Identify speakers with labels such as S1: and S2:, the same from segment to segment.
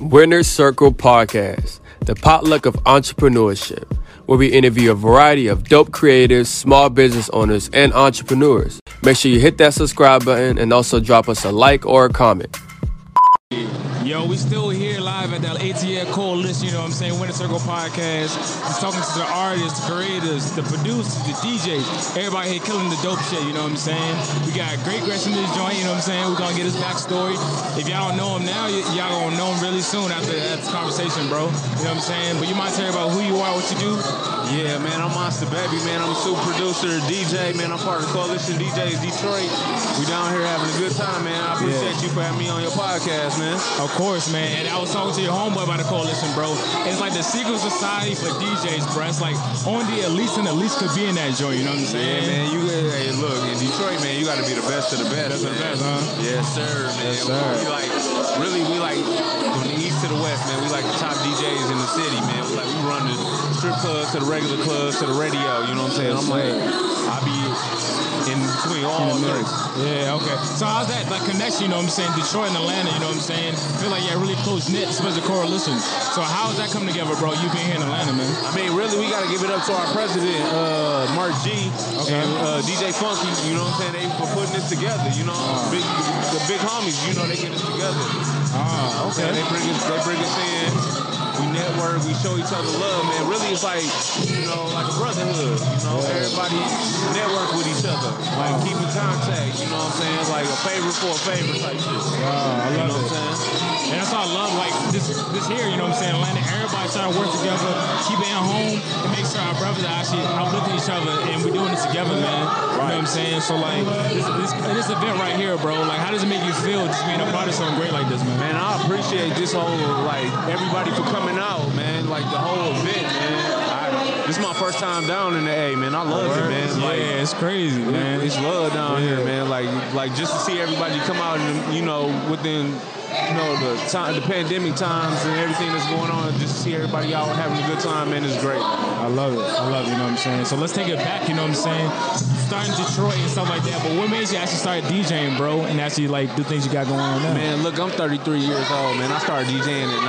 S1: Winner's Circle Podcast, the potluck of entrepreneurship, where we interview a variety of dope creators, small business owners, and entrepreneurs. Make sure you hit that subscribe button and also drop us a like or a comment.
S2: Yo, we still here live at the ATL Coalition, you know what I'm saying? Winter Circle Podcast. Just talking to the artists, the creators, the producers, the DJs. Everybody here killing the dope shit, you know what I'm saying? We got great guests in this joint, you know what I'm saying? We're gonna get his backstory. If y'all don't know him now, y- y'all gonna know him really soon after that conversation, bro. You know what I'm saying? But you might tell about who you are, what you do.
S3: Yeah, man, I'm Monster Baby, man. I'm a super producer, DJ, man. I'm part of the Coalition DJs Detroit. We down here having a good time, man. I appreciate you for having me on your podcast, man.
S2: Of course, man. And I was talking to your homeboy about the coalition, bro. It's like the secret society for DJs, bro. It's like only the elites and the least could be in that joint, you know what I'm saying?
S3: Yeah, man. You hey, look in Detroit, man. You got to be the best of the best.
S2: Best of the
S3: man.
S2: best, huh?
S3: Yes, sir, man.
S2: Yes, sir.
S3: We like really, we like from the east to the west, man. We like the top DJs in the city, man. We like we run the strip clubs to the regular clubs to the radio. You know what I'm saying? I'm
S2: sir.
S3: like, I be in between all
S2: the
S3: three.
S2: Yeah, okay. So how's that like connection, you know what I'm saying? Detroit and Atlanta, you know what I'm saying? Feel like you're really close knit, especially the coalition. So how does that come together, bro? You being here in Atlanta, man.
S3: I mean, really, we got to give it up to our president, uh, Mark G,
S2: Okay.
S3: and uh, DJ Funky. You know what I'm saying? They for putting this together. You know, big, the big homies. You know, they get us together.
S2: Ah,
S3: Okay. They bring us, they bring us in. We network. We show each other love, man. Really, it's like you know, like a brotherhood. You know, everybody network with each other. Like keep in contact. You know what I'm saying? It's like a favor for a favor type
S2: I
S3: shit. you know
S2: love
S3: what
S2: it.
S3: I'm saying?
S2: And that's what I love, like this this here, you know what I'm saying? Atlanta, everybody trying to work together, keep it at home, and make sure our brothers are actually uplifting each other and we're doing this together, man. You know what I'm saying? So like this, this this event right here, bro, like how does it make you feel just being a part of something great like this, man?
S3: Man, I appreciate this whole like everybody for coming out, man. Like the whole event, man. I, this is my first time down in the A, man. I love it, man. Like,
S2: yeah, it's crazy, man.
S3: It's love down here, man. Like, like just to see everybody come out, and you know, within you know the time, the pandemic times and everything that's going on, just to see everybody out having a good time, man, is great.
S2: I love it. I love it, you know what I'm saying? So let's take it back, you know what I'm saying? Starting Detroit and stuff like that, but what made you actually start DJing, bro, and actually like do things you got going on now?
S3: Man, look, I'm 33 years old, man. I started DJing in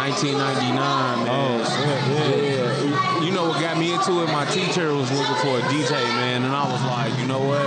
S3: 1999, man.
S2: Oh, shit, yeah.
S3: Yeah, you know what got me into it? My teacher was looking for a DJ, man, and I was like, you know what?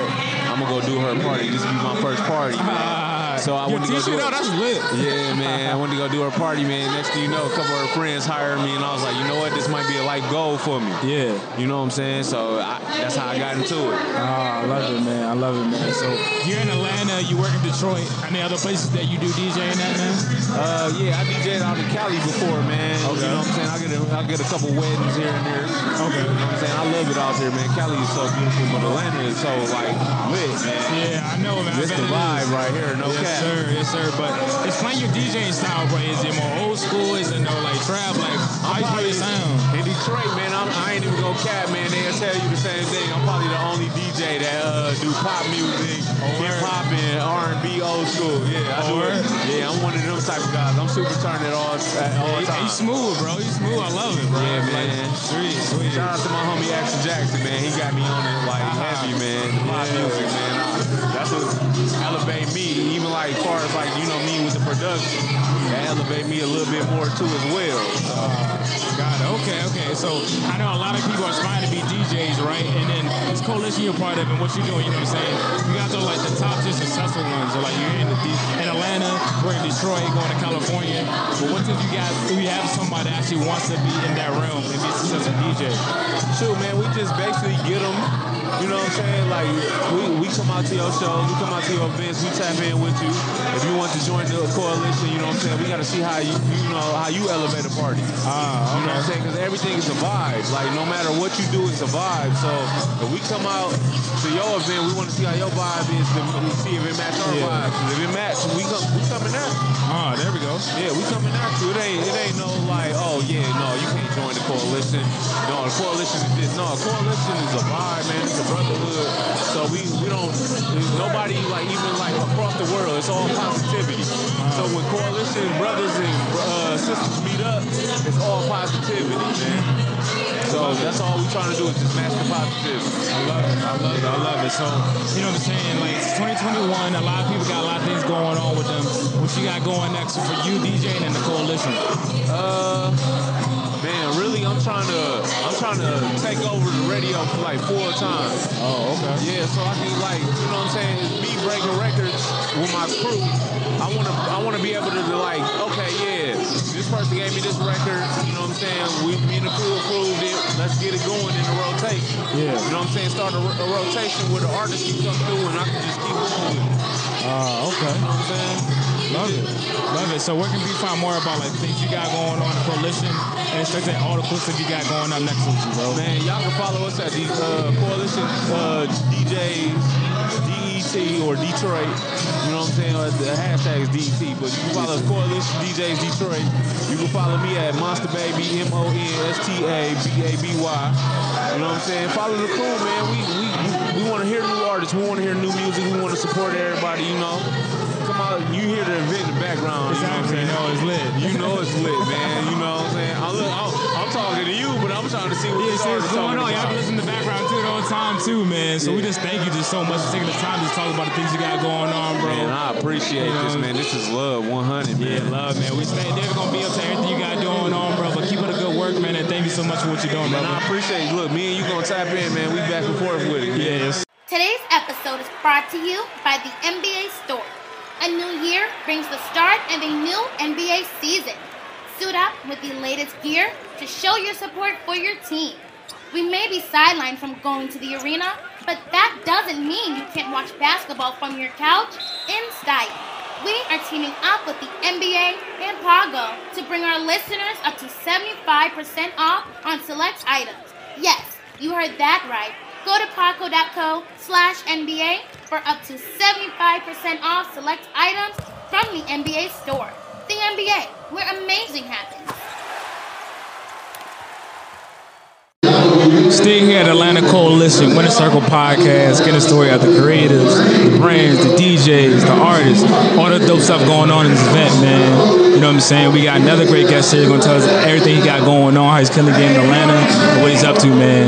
S3: I'm gonna go do her party. This be my first party, man. So I
S2: Your
S3: went to go do
S2: t-shirt out,
S3: it.
S2: that's lit.
S3: Yeah, man. I went to go do her party, man. Next thing you know, a couple of her friends hired me, and I was like, you know what? This might be a life goal for me.
S2: Yeah.
S3: You know what I'm saying? So I, that's how I got into it.
S2: Oh, I love it, man. I love it, man. So you're in Atlanta, you work in Detroit. Any other places that you do DJing at, man?
S3: Uh, yeah, I DJ'd out in Cali before, man.
S2: Okay.
S3: You know what I'm saying? I get a, I get a couple weddings here and there.
S2: Okay.
S3: You know what I'm saying? I love it out here, man. Cali is so beautiful, but Atlanta is so like lit, man.
S2: Yeah, I know, man. I
S3: This
S2: bet
S3: the
S2: it is.
S3: vibe right here, no
S2: Yes,
S3: cap.
S2: sir. Yes, sir. But explain your DJing style, bro. Is it more old school? Is it no like trap? Like how you play your sound?
S3: in Detroit, man. I'm, I ain't even gonna cap, man. They'll tell you the same thing. I'm probably the only DJ that uh, do pop music, hip hop, and R&B, old school. Yeah, I do
S2: Word.
S3: it. Yeah, I'm one of them type of guys. I'm super turned at all at all
S2: Hey, hey, you
S3: times.
S2: smooth, bro. You smooth. I love it, bro.
S3: Yeah, man.
S2: Like, sweet, sweet.
S3: Shout out to my homie Action Jackson, man. He got me on it like
S2: Ah.
S3: heavy, man. The pop music, man. I- That's what elevate me, even like far as like you know me with the production. That elevate me a little bit more too as well.
S2: Got it. Okay, okay. So I know a lot of people aspire to be DJs, right? And then this coalition you're part of and what you're doing, you know what I'm saying? You guys are like the top just successful ones. So like you're in, the D- in Atlanta, we're in Detroit, going to California. But what if you guys, if you have somebody that actually wants to be in that realm and be a successful DJ?
S3: Shoot, man, we just basically get them. You know what I'm saying? Like, we, we come out to your shows, we come out to your events, we tap in with you. If you want to join the coalition, you know what I'm saying? We got to see how you, you know, how you elevate a party.
S2: Ah,
S3: You know what I'm saying? Because everything is a vibe. Like, no matter what you do, it's a vibe. So, if we come out to your event, we want to see how your vibe is to to see if it match our
S2: Yeah.
S3: vibe. 'Cause If it match, we, come, we coming out.
S2: Ah, there we go.
S3: Yeah, we coming out to it. Ain't it ain't no like, oh yeah, no, you can't join the coalition. No, the coalition is this. No, coalition is a vibe, man. It's a brotherhood. So we we don't there's nobody like even like across the world. It's all positivity. So when coalition brothers and uh, sisters meet up, it's all positivity, man. So that's all we're trying to do is just master positive.
S2: I love it. I love it. I love it. So, you know what I'm saying? Like, it's 2021, a lot of people got a lot of things going on with them. What you got going next for you, DJ, and the coalition?
S3: Uh, man, really, I'm trying to I'm trying to take over the radio for like four times.
S2: Oh, okay.
S3: Yeah, so I can like, you know what I'm saying, is me breaking records with my crew. I wanna I wanna be able to be like, okay, yeah, this person gave me this record, you know what I'm saying? We me and the crew approved it, let's get it going in the rotation.
S2: Yeah.
S3: You know what I'm saying? Start a, ro- a rotation where the artist can come through and I can just keep going with it. You
S2: Uh, okay.
S3: know what I'm saying?
S2: Love it. Love it. So, where can we find more about like things you got going on, the coalition, and especially all the cool stuff you got going up next with you, bro?
S3: Man, y'all can follow us at the uh, Coalition uh, DJs, DET E or Detroit. You know what I'm saying? Uh, The hashtag is DET, but you can follow us, Coalition DJs Detroit. You can follow me at Monster Baby, M O N S T A B A B Y. You know what I'm saying? Follow the crew, man. We we, we, we want to hear new artists. We want to hear new music. We want to support everybody. You know. Come out, you hear the event in the background. you know what I'm
S2: Exactly. You
S3: saying?
S2: know, it's lit. You
S3: You know it's lit, man. You know what I'm saying? I look, I'm, I'm talking to you, but I'm trying to see what
S2: Yeah,
S3: this
S2: see what's
S3: artist
S2: going
S3: talking
S2: on. Y'all
S3: about.
S2: can listen to the background too the whole time too, man. So we
S3: Yeah.
S2: just thank you just so much for taking the time to talk about the things you got going on, bro.
S3: Man, I appreciate
S2: You know,
S3: this, man. This is love 100, man.
S2: yeah, love, man. We stay there gonna be up to everything you got going on, bro. But keep up the good work, man, and thank you so much for what you're doing,
S3: And I
S2: brother.
S3: appreciate Look, me and you gonna tap in, man. We back and forth with it. man.
S2: Yes.
S4: Today's episode is brought to you by the NBA Store. A new year brings the start of a new NBA season. Suit up with the latest gear to show your support for your team. We may be sidelined from going to the arena, but that doesn't mean you can't watch basketball from your couch in style. We are teaming up with the NBA and Pago to bring our listeners up to 75% off on select items. Yes, you heard that right. Go to pago.co slash NBA for up to 75% off select items from the NBA store. The NBA, where amazing happens.
S2: Steve here at Atlanta Coalition, Winter Circle Podcast, getting the story of the creatives, the brands, the DJs, the artists, all the dope stuff going on in this event, man. You know what I'm saying? We got another great guest here gonna tell us everything he got going on, how he's killing the game in Atlanta, and what he's up to, man.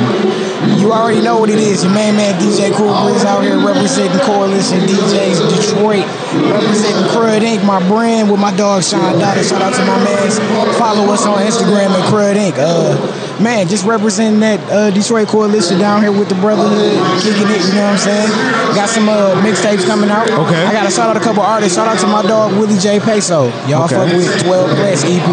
S5: You already know what it is. Your main man DJ Cool Breeze out here representing Coalition DJs Detroit, representing Crud Inc., my brand with my dog Sean Dada. Shout out to my mans. Follow us on Instagram at Crud Inc. Uh, man, just representing that uh, Detroit Coalition down here with the Brotherhood, kicking it. You know what I'm saying? Got some uh, mixtapes coming out.
S2: Okay.
S5: I got to shout out a couple artists. Shout out to my dog Willie J Peso. Y'all
S2: Okay.
S5: fuck with 12 Press EP.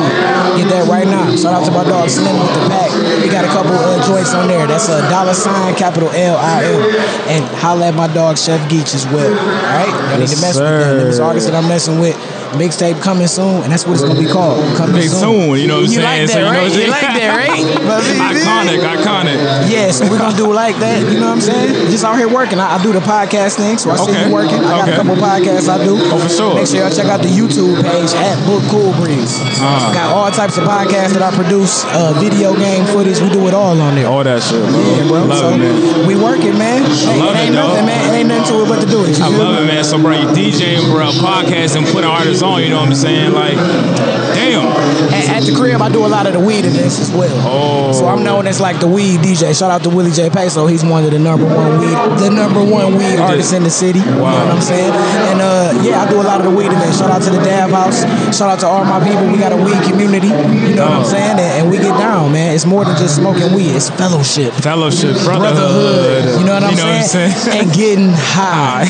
S5: Get that right now. Shout out to my dog Slim with the pack. They got a couple uh, joints on there. That's a dollar sign capital L I L. And holla at my dog Chef Geach as well. All right, y'all need
S2: Yes,
S5: to mess
S2: sir.
S5: with them. Them is artists that I'm messing with. Mixtape coming soon, and that's what it's gonna be called. Coming
S2: Big
S5: soon.
S2: soon, you know what I'm saying?
S5: You like that, right? You like that, right? But see,
S2: iconic, iconic.
S5: Yeah, so we're gonna do it like that. You know what I'm saying? Just out here working. I, I do the podcast thing, so I see
S2: Okay.
S5: you working. I got
S2: Okay.
S5: a couple podcasts I do.
S2: Oh, for sure.
S5: Make sure y'all check out the YouTube page at Book Cool Breeze.
S2: Uh-huh.
S5: Got all types of podcasts that I produce, uh, video game footage. We do it all on there.
S2: All that shit, bro.
S5: Yeah, bro.
S2: Oh, Love
S5: so
S2: it, man.
S5: we working, man. Hey,
S2: love it,
S5: ain't
S2: dog.
S5: nothing, man. Ain't nothing to it but to do it. You
S2: I
S5: feel
S2: love
S5: me?
S2: it, man. So, bro, you DJing, bro, podcasting, putting artists on, you know what I'm saying? Like, damn.
S5: At, at the crib, I do a lot of the weed in this as well.
S2: Oh.
S5: So I'm known as like the weed DJ. Shout out to Willie J. Peso. He's one of the number one weed, the number one weed artists in the city. You know
S2: Wow.
S5: what I'm saying? And uh, yeah, I do a lot of the weed in this. Shout out to the Dab House. Shout out to all my people. We got a weed community. You know what I'm saying? And, and we get down, man. It's more than just smoking weed. It's fellowship.
S2: Fellowship, brotherhood.
S5: Brotherhood, Uh, you know what I'm saying, and getting high.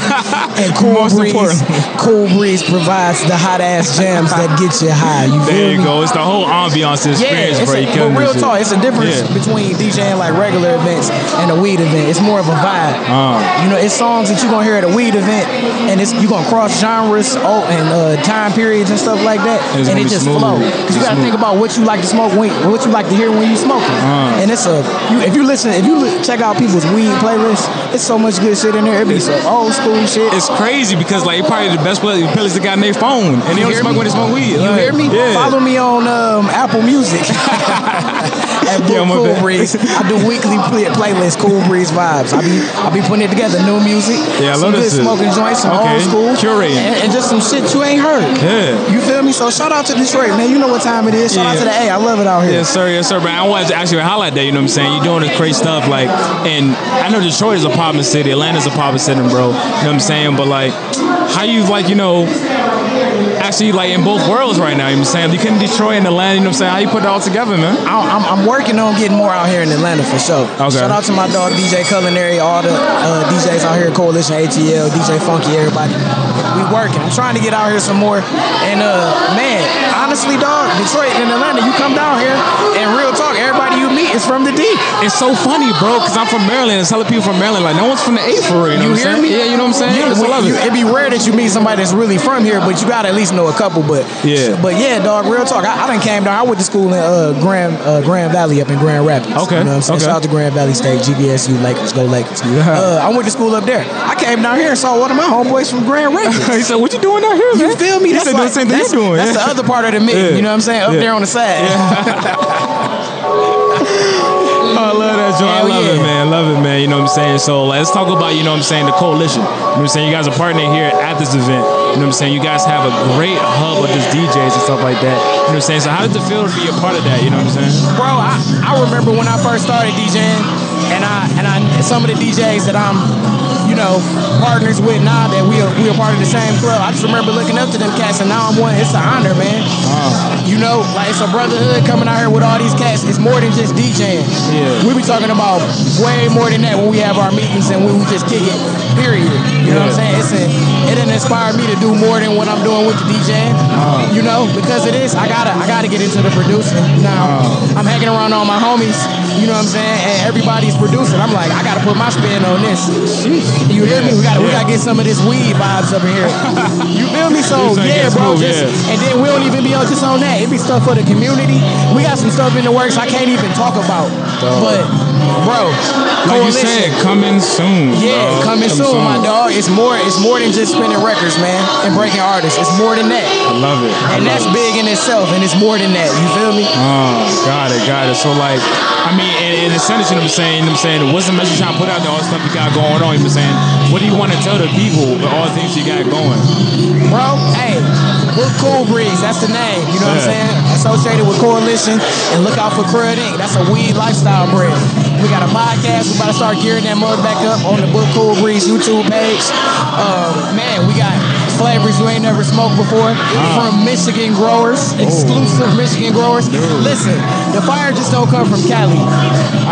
S5: and cool
S2: Most
S5: breeze,
S2: importantly.
S5: cool breeze provides the hot ass jams that get you high. You feel
S2: There you
S5: me?
S2: go. It's the whole ambiance experience,
S5: Yeah, it's
S2: bro.
S5: a,
S2: You killing
S5: but real
S2: this shit.
S5: talk, it's a difference
S2: Yeah.
S5: between DJing like regular events and a weed event. It's more of a vibe.
S2: Uh.
S5: You know, it's songs that you're gonna hear at a weed event, and it's you gonna cross genres, oh, and uh, time periods and stuff like that,
S2: It's
S5: and
S2: gonna
S5: it
S2: be
S5: just
S2: smooth.
S5: flow. Because you
S2: It's
S5: gotta
S2: smooth.
S5: think about what you like to smoke, when, what you like to hear when you smoking.
S2: Uh.
S5: And it's a you, if you listen, if you li- check out people's weed playlists, it's so much good shit in there. It be some old school shit.
S2: It's crazy because like it's probably the best place, place that got in their phone, and they don't
S5: You hear
S2: smoke
S5: me?
S2: when they smoke weed.
S5: You
S2: Like,
S5: hear me?
S2: Yeah.
S5: Follow me on um, Apple Music. at
S2: Yeah,
S5: Brook
S2: my
S5: Cool
S2: bad.
S5: Breeze. I do weekly play, playlist, Cool Breeze vibes. I be I be putting it together, new music,
S2: Yeah, I
S5: some
S2: love
S5: good
S2: this shit.
S5: smoking joints, some
S2: Okay,
S5: old school,
S2: curating.
S5: and, and just some shit you ain't heard.
S2: Yeah.
S5: You feel me? So shout out to Detroit, man. You know what time it is. Shout out
S2: Yeah.
S5: to the A. I love it out here.
S2: Yes, sir. Yes, sir. But I wanted to actually highlight that. You know what I'm saying? You're doing this crazy stuff. Like, and I know Detroit is a problem city. Atlanta's a problem city, bro. You know what I'm saying? But like, how you like, you know, actually like in both worlds right now. You know what I'm saying? You couldn't Detroit and Atlanta. You know what I'm saying? How you put it all together, man?
S5: I- I'm, I'm working on getting more out here in Atlanta for sure.
S2: Okay.
S5: Shout out to my dog DJ Culinary, all the uh, DJs out here, Coalition ATL, DJ Funky, everybody. We working. I'm trying to get out here some more. And uh, man, honestly, dog, Detroit and Atlanta, you come down here and real talk, everybody you meet is from the D.
S2: It's so funny, bro, because I'm from Maryland. It's hella people from Maryland. Like, no one's from the A for real. You, know what I'm
S5: You hear
S2: saying?
S5: me?
S2: Yeah, you know what I'm saying?
S5: You-
S2: It's
S5: you-
S2: love it.
S5: It'd be rare that you meet somebody that's really from here, but you gotta at least know a couple. But
S2: Yeah.
S5: but yeah, dog, real talk. I, I done came down. I went to school in uh, Grand uh, Grand Valley up in Grand Rapids.
S2: Okay,
S5: you know what I'm saying?
S2: okay.
S5: Shout out to Grand Valley State, GBSU, Lakers, go Lakers. Uh, I went to school up there. I came down here and saw one of my homeboys from Grand Rapids.
S2: he said, "What you doing out here, man?
S5: You feel me?
S2: He said, "Doing the same thing
S5: that's,
S2: you're doing."
S5: That's the other part of the mix.
S2: Yeah.
S5: You know what I'm saying? Up
S2: Yeah.
S5: there on the side.
S2: I love that joint. I
S5: Hell
S2: love it,
S5: yeah.
S2: man. Love it, man. You know what I'm saying? So let's talk about, you know what I'm saying, the coalition. You know what I'm saying? You guys are partnering here at this event. You know what I'm saying? You guys have a great hub of just DJs and stuff like that. You know what I'm saying? So how does it feel to be a part of that? You know what I'm saying?
S5: bro, I, I remember when I first started DJing, and I and I some of the DJs that I'm, you know, partners with now that we are we are part of the same club. I just remember looking up to them cats, and now I'm one. It's an honor, man. You know, like it's a brotherhood coming out here with all these cats. It's more than just DJing.
S2: Yeah.
S5: We be talking about way more than that when we have our meetings and when we just kick it. Period. You know what I'm
S2: Yeah.
S5: saying? It's a, it done inspired me to do more than what I'm doing with the DJing.
S2: Uh.
S5: You know, because of this, I gotta I gotta get into the producing. Now
S2: Uh.
S5: I'm hanging around all my homies. You know what I'm saying? And everybody's producing. I'm like, I gotta put my spin on this. You hear me? We gotta we
S2: Yeah.
S5: gotta get some of this weed vibes up in here. you feel me? So
S2: It's like
S5: yeah,
S2: it's
S5: bro.
S2: smooth,
S5: just-
S2: yeah.
S5: And then we don't even be on just on that. It be stuff for the community. We got some stuff in the works I can't even talk about. But bro,
S2: Like you
S5: coalition.
S2: said, coming soon.
S5: Yeah,
S2: bro.
S5: coming soon, my dog. It's more. It's more than just spinning records, man, and breaking artists. It's more than that,
S2: Love it. I
S5: and
S2: love
S5: that's
S2: it.
S5: big in itself. And it's more than that. You feel me?
S2: Oh, got it, got it. So like, I mean, in, in a sentence, you know what I'm saying? You know what I'm saying, what's the message you're trying to put out there? All the stuff you got going on, you know what I'm saying? What do you want to tell the people with all the things you got going?
S5: bro. Hey, we're Cool Breeze. That's the name. You know what I'm
S2: Yeah.
S5: saying? Associated with Coalition and look out for Crud Inc. That's a weed lifestyle brand. We got a podcast. We about to start gearing that mug back up on the Book Cool Breeze YouTube page. Um, man, we got flavors you ain't never smoked before from Michigan growers,
S2: Oh.
S5: exclusive Michigan growers. Listen, the fire just don't come from Cali. All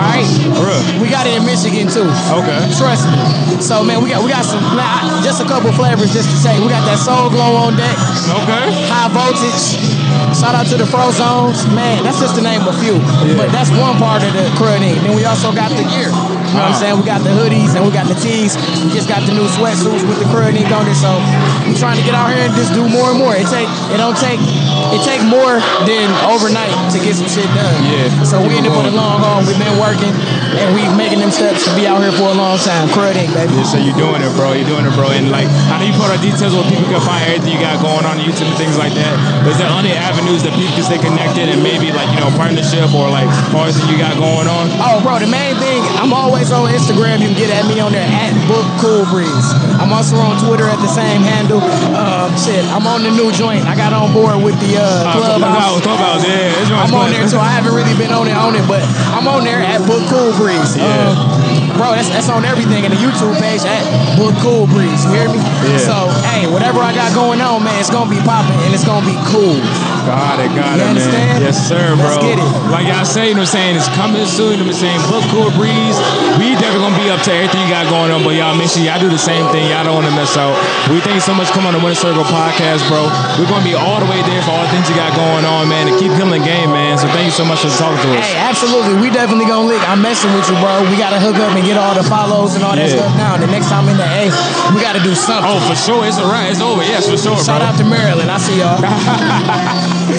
S5: right,
S2: Bruh.
S5: we got it in Michigan too.
S2: Okay.
S5: Trust me. So man, we got we got some man, I- just a couple flavors just to say. We got that soul glow on deck,
S2: Okay.
S5: high voltage. Shout out to the Fro Zones, man. That's just to name a few, but that's one part of the crud in. Then we also got the gear. You know what I'm
S2: Wow.
S5: saying? We got the hoodies and we got the tees. We just got the new sweatsuits with the crud ink on it. So we trying to get out here and just do more and more. It take it don't take it take more than overnight to get some shit done.
S2: Yeah.
S5: So we in it for the long haul. We've been working and we making them steps to be out here for a long time. Crud ink, baby.
S2: Yeah, so you're doing it, bro. You're doing it, bro. And like, how do you put out details where people can find everything you got going on YouTube and things like that? Is there other avenues that people can stay connected and maybe like you know partnership or like all that you got going on?
S5: Oh, bro, the main thing, I'm always on Instagram. You can get at me on there at Book Cool Breeze. I'm also on Twitter at the same handle. Uh, shit, I'm on the new joint. I got on board with the uh,
S2: Clubhouse,
S5: clubhouse.
S2: Clubhouse, yeah. it's
S5: I'm on
S2: fun.
S5: there too. I haven't really been on it on it, but I'm on there at Book Cool Breeze.
S2: Yeah.
S5: Um, bro, that's that's on everything in the YouTube page at Book Cool Breeze. You hear me?
S2: Yeah.
S5: So, hey, whatever I got going on, man, it's gonna be popping and it's gonna be cool.
S2: Got it, got it,
S5: You
S2: man.
S5: understand?
S2: Yes, sir, bro.
S5: Let's get it.
S2: Like I say, you know what I'm saying? It's coming soon. You know what I'm saying? Book Cool Breeze. We definitely going to be up to everything you got going on, but y'all make sure y'all do the same thing. Y'all don't want to mess out. We thank you so much for coming on the Winner Circle podcast, bro. We're going to be all the way there for all the things you got going on, man, and keep killing the game, man. So thank you so much for talking to us.
S5: Hey, absolutely. We definitely gonna lick. I'm messing with you, bro. We gotta hook up and get all the follows and all that
S2: Yeah.
S5: stuff down. The next time in the A, we gotta do something.
S2: Oh, for sure. It's a wrap. It's over. Yes, for sure, Oh,
S5: Shout
S2: bro.
S5: out to Maryland. I see y'all.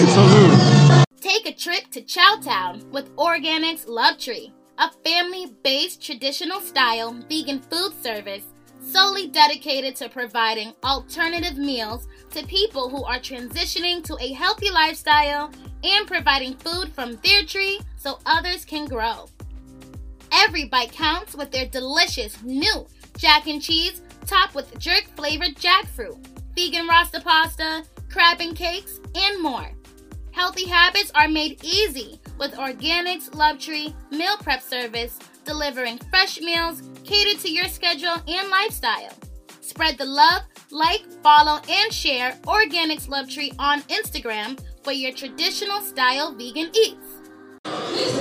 S2: Salute.
S4: Take a trip to Chowtown with Organics Love Tree, a family based traditional style vegan food service solely dedicated to providing alternative meals to people who are transitioning to a healthy lifestyle and providing food from their tree so others can grow. Every bite counts with their delicious new Jack and Cheese topped with jerk flavored jackfruit, vegan rasta pasta, crab and cakes, and more. Healthy habits are made easy with Organics Love Tree meal prep service, delivering fresh meals catered to your schedule and lifestyle. Spread the love, like, follow, and share Organics Love Tree on Instagram for your traditional style vegan eats.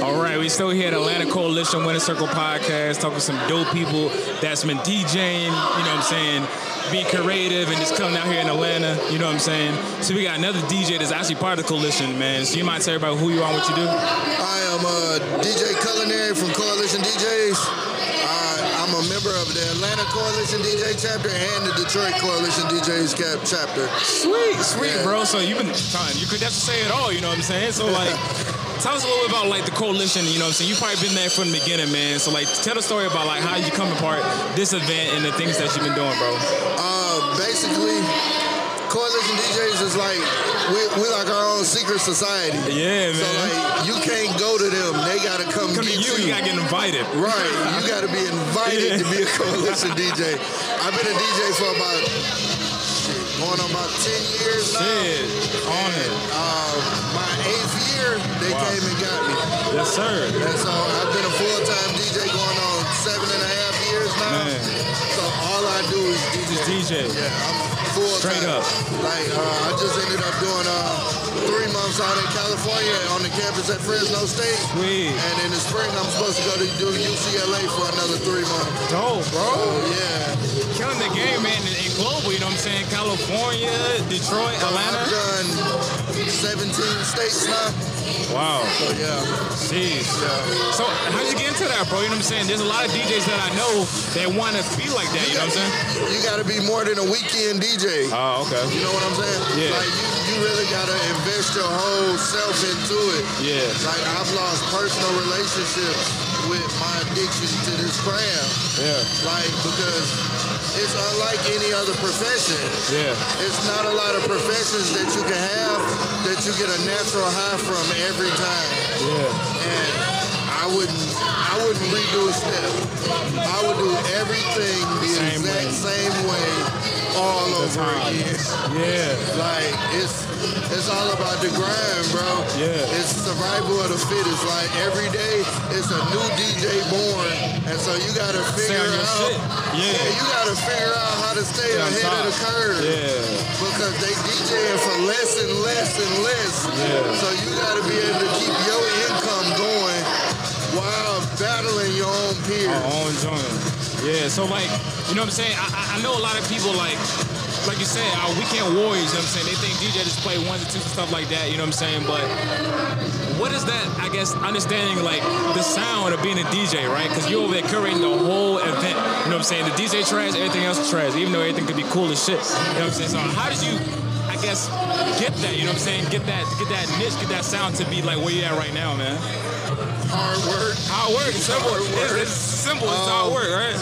S2: All right, we still here at Atlanta Coalition Winter Circle Podcast, talking to some dope people that's been DJing, you know what I'm saying, being creative and just coming out here in Atlanta, you know what I'm saying. So we got another DJ that's actually part of the coalition, man. So you might tell everybody who you are and what you do?
S6: I am uh, DJ Culinary from Coalition DJs. I, I'm a member of the Atlanta Coalition DJ chapter and the Detroit Coalition DJs cap chapter.
S2: Sweet, sweet,
S6: Yeah.
S2: bro. So you've been trying. You could never say it all. You know what I'm saying? So like, tell us a little bit about like the coalition. You know what I'm saying? You probably been there from the beginning, man. So like, tell the story about like how you come apart this event and the things that you've been doing, bro.
S6: Uh, basically, Coalition DJs is like we, we like our own secret society.
S2: Yeah,
S6: So
S2: man.
S6: like you can't go to them; they gotta come,
S2: Come to
S6: get
S2: you, you gotta get invited.
S6: Right, you got to be invited to be a coalition DJ. I've been a DJ for about shit, going on about ten years now.
S2: Shit, on it.
S6: Uh, my eighth year, they
S2: Wow.
S6: came and got me,
S2: Yes, sir.
S6: and so I've been a full time DJ going on seven and a half years now.
S2: Man.
S6: So all I do is DJ.
S2: DJ.
S6: Yeah, I'm full
S2: Straight
S6: time.
S2: up.
S6: Like uh, I just ended up doing uh, three months out in California on the campus at Fresno State.
S2: Sweet.
S6: And in the spring, I'm supposed to go to do UCLA for another three months.
S2: Dope,
S6: Oh
S2: bro.
S6: yeah,
S2: Killing the game, man. And, and global. You know what I'm saying? California, Detroit,
S6: I've
S2: Atlanta.
S6: done 17 states now.
S2: Wow.
S6: So yeah,
S2: Jeez.
S6: yeah.
S2: So how'd you get into that, bro? You know what I'm saying? There's a lot of DJs that I know that want to be like that. You know what I'm saying?
S6: You got to be more than a weekend DJ.
S2: Oh, okay.
S6: You know what I'm saying?
S2: Yeah.
S6: Like you, you really gotta invest your whole self into it.
S2: Yeah.
S6: Like I've lost personal relationships with my addiction to this craft.
S2: Yeah.
S6: Like because it's unlike any other profession.
S2: Yeah.
S6: It's not a lot of professions that you can have that you get a natural high from every time.
S2: Yeah.
S6: And I wouldn't I wouldn't redo a step. I would do everything the
S2: Same way.
S6: exact same way all over
S2: time.
S6: again.
S2: Yeah.
S6: Like it's it's all about the grind, bro.
S2: Yeah.
S6: It's survival of the fittest. Like every day, it's a new DJ born, and so you gotta figure
S2: on your
S6: out.
S2: shit. Yeah.
S6: You gotta figure out how to stay
S2: Stay on
S6: ahead
S2: top.
S6: of the curve.
S2: Yeah.
S6: Because they DJing for less and less and less.
S2: Yeah.
S6: So you gotta be able to keep your income going while battling your own peers.
S2: Our own joint. Yeah. So like, you know what I'm saying? I, I- I know a lot of people like. Like you said, our weekend warriors, you know what I'm saying? They think DJ just play ones and twos and stuff like that, you know what I'm saying? But what is that, I guess, understanding like the sound of being a DJ, right? Because you're over there curating the whole event, you know what I'm saying? The DJ trash, everything else is trash, even though everything could be cool as shit, you know what I'm saying? So how did you, I guess, get that, you know what I'm saying? Get that, get that niche, get that sound to be like where you at right now, man?
S6: Hard work.
S2: How it works. Simple. It's, it's simple. It's how it works, right?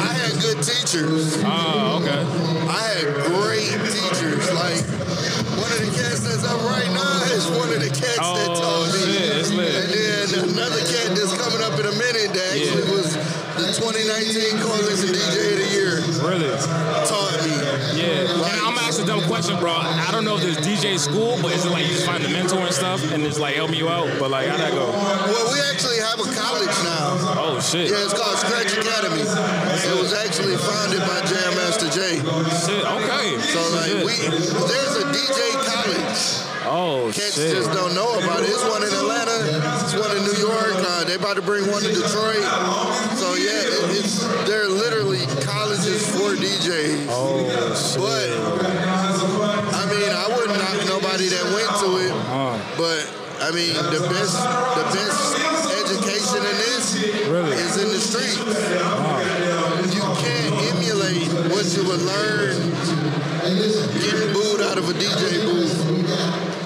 S6: I had good teachers.
S2: Oh, okay.
S6: I had great teachers. Like one of the cats that's up right now is one of the cats that
S2: Oh,
S6: taught me.
S2: shit, that's lit.
S6: And then another cat that's coming up in a minute that actually
S2: Yeah.
S6: was the 2019 Coalition DJ of the Year
S2: Really?
S6: taught me.
S2: Yeah. And I'm gonna ask a dumb question, bro. I don't know if there's DJ school, but is it like you just find a mentor and stuff, and it's like helping you out? But like, how'd that go?
S6: Well, we actually have a college now.
S2: Oh shit.
S6: Yeah, it's called Scratch Academy. It was actually founded by Jam Master Jay.
S2: Shit. Okay.
S6: So like
S2: Shit.
S6: we there's a DJ college.
S2: Oh
S6: Cats
S2: shit.
S6: just don't know about it. It's one in Atlanta. It's one in New York. Uh, they about to bring one to Detroit. So yeah, it, it's they're literally colleges for DJs.
S2: Oh shit.
S6: But I mean, I wouldn't knock nobody that went to it. But I mean, the best the best education in this
S2: Really?
S6: is in the streets. You can't emulate what you would learn getting booed out of a DJ booth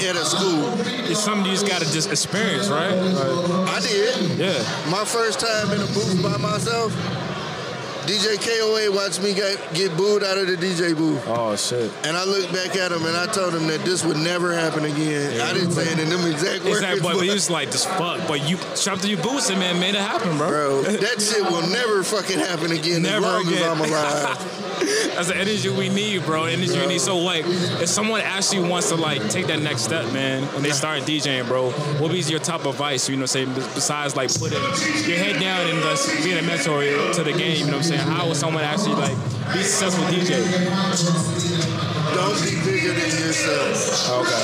S6: at a school.
S2: It's something you just gotta just experience, right?
S6: I did.
S2: Yeah.
S6: My first time in a booth by myself, DJ KOA watched me get, get booed out of the DJ booth.
S7: Oh shit.
S6: And I looked back at him and I told him that this would never happen again. I didn't say it in them exact words.
S2: Exactly, but, but he was like, this fuck. But you chopped your boots and man made it happen, bro.
S6: Bro, that shit will never fucking happen again
S2: Never
S6: as long
S2: again.
S6: as I'm alive.
S2: That's the energy we need, bro. Energy we need. So like, if someone actually wants to like take that next step, man, and they start DJing, bro, what be your top advice? You know, say besides like putting your head down and just being a mentor to the game. You know what I'm saying? How would someone actually like be a successful DJ?
S6: Don't be bigger than yourself.
S7: Okay.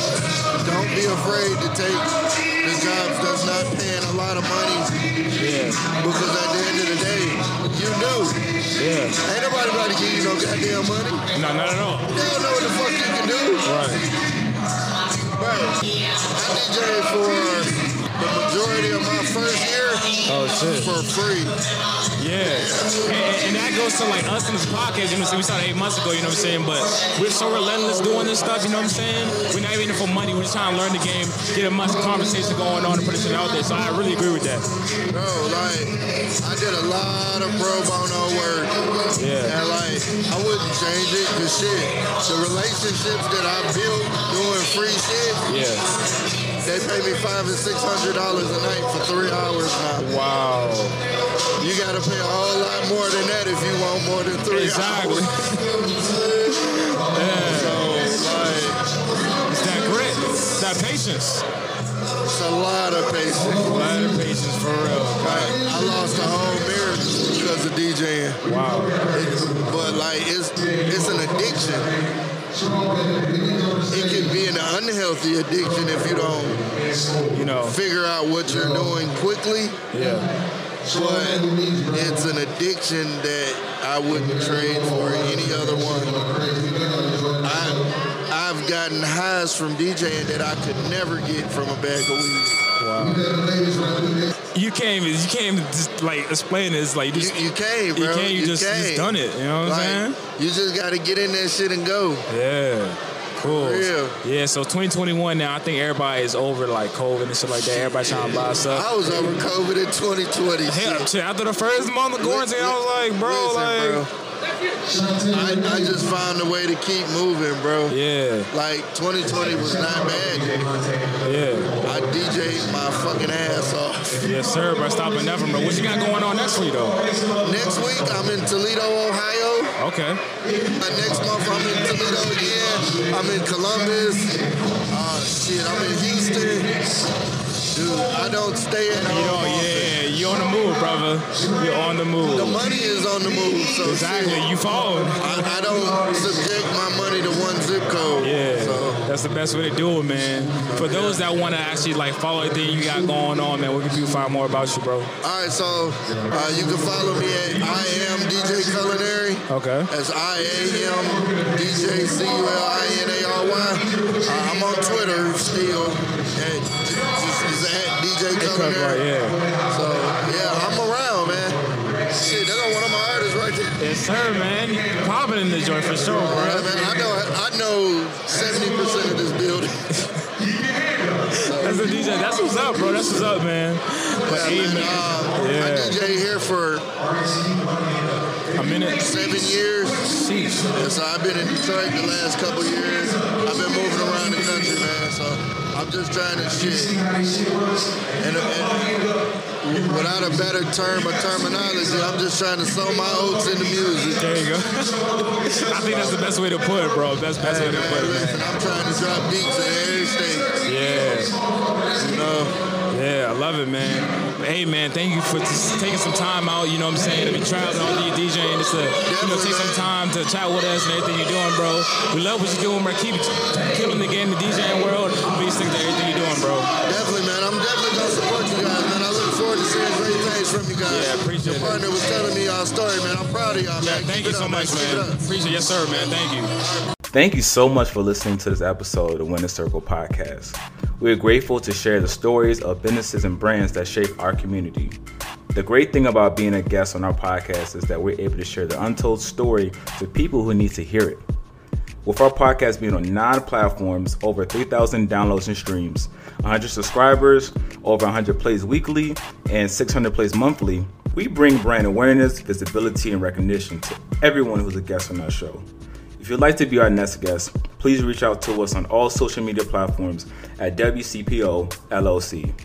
S6: Don't be afraid to take the jobs that's not paying a lot of money. Because at the end of the day, you know.
S7: Yeah.
S6: Ain't nobody about to give you no goddamn money.
S2: No, not at all.
S6: They don't know what the fuck you can do.
S7: Right.
S6: Bro, I DJed for the majority of my first year
S7: Oh shit.
S6: for free.
S2: Yeah, and, and- and that goes to like us in this podcast. You know, what I'm saying we started eight months ago. You know what I'm saying, but we're so relentless doing this stuff. You know what I'm saying? We're not even in it for money. We're just trying to learn the game, get a much conversation going on, and put it out there. So I really agree with that.
S6: Bro, like, I did a lot of pro bono work.
S2: Yeah.
S6: And, like, I wouldn't change it because shit, the relationships that I built doing free shit,
S7: Yeah.
S6: they pay me five and six hundred dollars a night for three hours now.
S7: Wow.
S6: You gotta pay a whole lot more than that if you want more than three
S2: Exactly.
S6: hours.
S2: It's that grit, it's that patience.
S6: It's a lot of patience.
S2: A lot of patience for real.
S6: Like, I lost a whole marriage because of DJing.
S7: Wow.
S6: It's- but like it's it's an addiction. It can be an unhealthy addiction if you don't
S7: You know.
S6: figure out what you're doing quickly.
S7: Yeah.
S6: But it's an addiction that I wouldn't trade for any other one. I I've gotten highs from DJing that I could never get from a bag of weed.
S2: You can't even, you can't even just like explain it. It's like you
S6: You,
S2: just,
S6: you came,
S2: you
S6: bro.
S2: can't, you just- you just
S6: came.
S2: done it, you know what I'm saying?
S6: Like, you just got to get in that shit and go.
S2: yeah. Cool.
S6: real.
S2: Yeah, so 2021 now, I think everybody is over like COVID and shit like that. Everybody trying to buy stuff.
S6: I was over COVID in 2020.
S2: Hell, shit, after the first month of quarantine, I was like, bro,
S6: Listen,
S2: like,
S6: bro. I, I just found a way to keep moving, bro.
S2: yeah,
S6: Like 2020 was not bad.
S2: yeah,
S6: I DJed my fucking ass off.
S2: yes, sir. Bro, stopping nothing, bro. What you got going on next week, though?
S6: Next week I'm in Toledo, Ohio.
S2: Okay,
S6: Uh, next month I'm in Toledo again. I'm in Columbus. Uh, shit, I'm in Houston. Dude, I don't stay at
S2: yo,
S6: home. often.
S2: yeah, you on the move, brother. You're on the
S6: The
S2: move.
S6: money is on the move, so
S2: Exactly,
S6: shit,
S2: you following.
S6: I, I don't subject my money to one zip code.
S2: Yeah,
S6: So.
S2: that's the best way to do it, man. For those that want to actually like follow everything you got going on, man, where can people find more about you, bro?
S6: All right, so uh, you can follow me at I am DJ Culinary.
S2: Okay.
S6: That's I A M D J C U L I N A R Y. Uh, I'm on Twitter still at just, just at DJ
S2: Right,
S6: Culinary.
S2: yeah.
S6: So yeah, I'm around, man. Shit, that's one of my artists right there.
S2: Yes, sir, man. You Popping in the joint for sure,
S6: All right,
S2: bro.
S6: man, I know I know 70% of this building.
S2: That's the DJ. That's what's up, bro. That's what's up, man. But
S6: Yeah,
S2: hey,
S6: man,
S2: man,
S6: um, I
S2: Yeah.
S6: DJ here for
S2: a minute.
S6: seven years.
S2: Sheesh.
S6: And so I've been in Detroit the last couple years. I've been moving around the country, man. So I'm just trying to shit. And, and without a better term or terminology, I'm just trying to sow my oats into music.
S2: There you go. I think that's the best way to put it, bro. That's the best way to
S6: Man,
S2: put it.
S6: listen, I'm trying to drop beats in every state.
S2: Yeah. Yeah, I love it, man. Hey, man, thank you for just taking some time out. You know what I'm saying? To be traveling all these DJing, just to you know, take some time to chat with us and everything you're doing, bro. We love what you're doing, bro. Keep killing the game, the DJing world. Please think to everything you're doing, bro.
S6: Definitely, man. I'm definitely gonna support you guys, man. I look forward to seeing great things from you guys.
S2: Yeah, appreciate
S6: Your
S2: it.
S6: partner was telling me y'all story, man. I'm proud of y'all, man.
S2: Yeah, thank
S6: Keep
S2: you
S6: it
S2: so
S6: up,
S2: much,
S6: Keep it
S2: man.
S6: up.
S2: Appreciate Yes, sir, man. Thank you.
S8: Thank you so much for listening to this episode of the Winner Circle Podcast. We are grateful to share the stories of businesses and brands that shape our community. The great thing about being a guest on our podcast is that we're able to share the untold story to people who need to hear it. With our podcast being on nine platforms, over 3,000 downloads and streams, 100 subscribers, over 100 plays weekly, and 600 plays monthly, We bring brand awareness, visibility, and recognition to everyone who's a guest on our show. If you'd like to be our next guest, please reach out to us on all social media platforms at WCPO LLC.